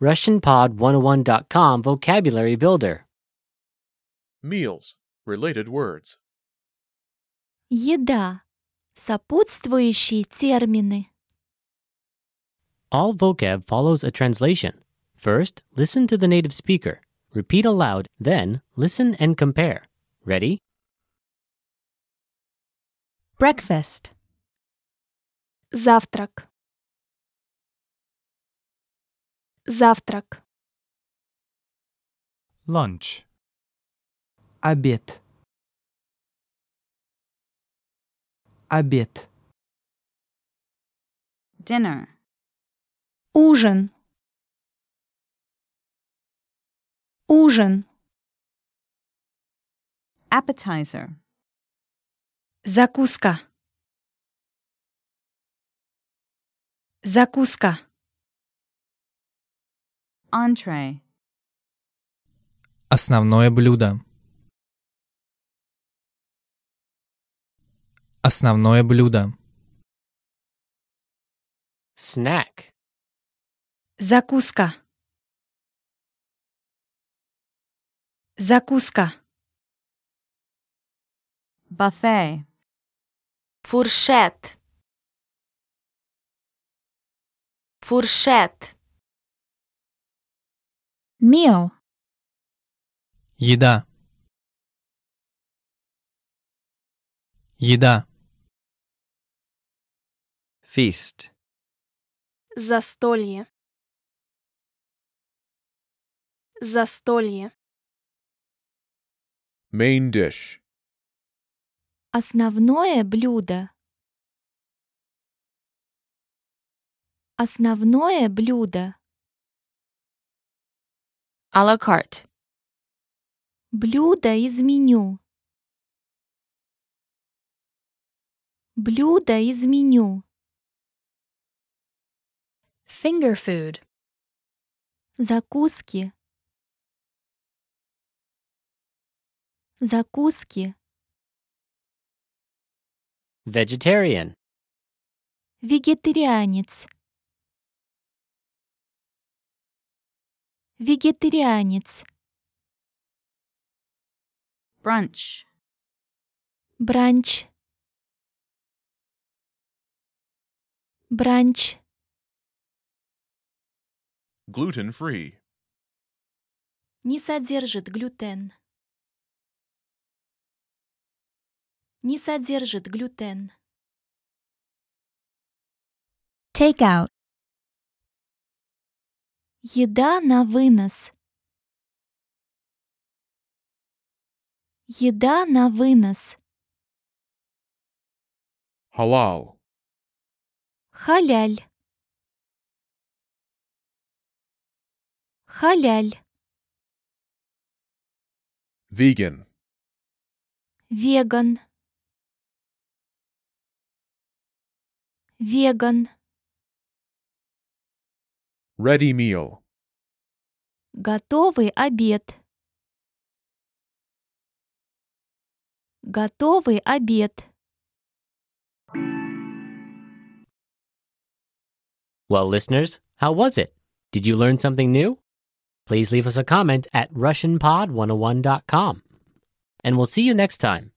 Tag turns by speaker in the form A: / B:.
A: RussianPod101.com Vocabulary Builder.
B: Meals. Related words.
C: Еда. Сопутствующие термины.
A: All vocab follows a translation. First, listen to the native speaker. Repeat aloud, then, listen and compare. Ready?
D: Breakfast.
E: Завтрак. Завтрак.
F: Lunch.
G: Обед. Обед.
D: Dinner.
C: Ужин. Ужин.
D: Appetizer.
E: Закуска. Закуска.
D: Entree.
H: Основное блюдо. Основное блюдо.
A: Snack.
E: Закуска. Закуска.
D: Buffet.
I: Фуршет. Фуршет.
D: Meal.
H: Еда. Еда.
G: Feast.
E: Застолье. Застолье.
B: Main dish.
C: Основное блюдо. Основное блюдо.
I: А ла карт.
C: Блюдо из меню. Блюдо из меню.
D: Finger food.
C: Закуски. Закуски.
A: Vegetarian.
C: Вегетарианец. Вегетарианец.
D: Brunch.
C: Бранч. Бранч.
B: Gluten free.
C: Не содержит глютен. Не содержит глютен.
D: Takeout.
C: Еда на вынос. Еда на вынос.
B: Halal.
C: Халяль. Халяль.
B: Vegan.
C: Веган. Веган.
B: Ready meal.
C: Готовый обед. Готовый обед.
A: Well, listeners, how was it? Did you learn something new? oh Please leave us a comment at RussianPod101.com. And we'll see you next time.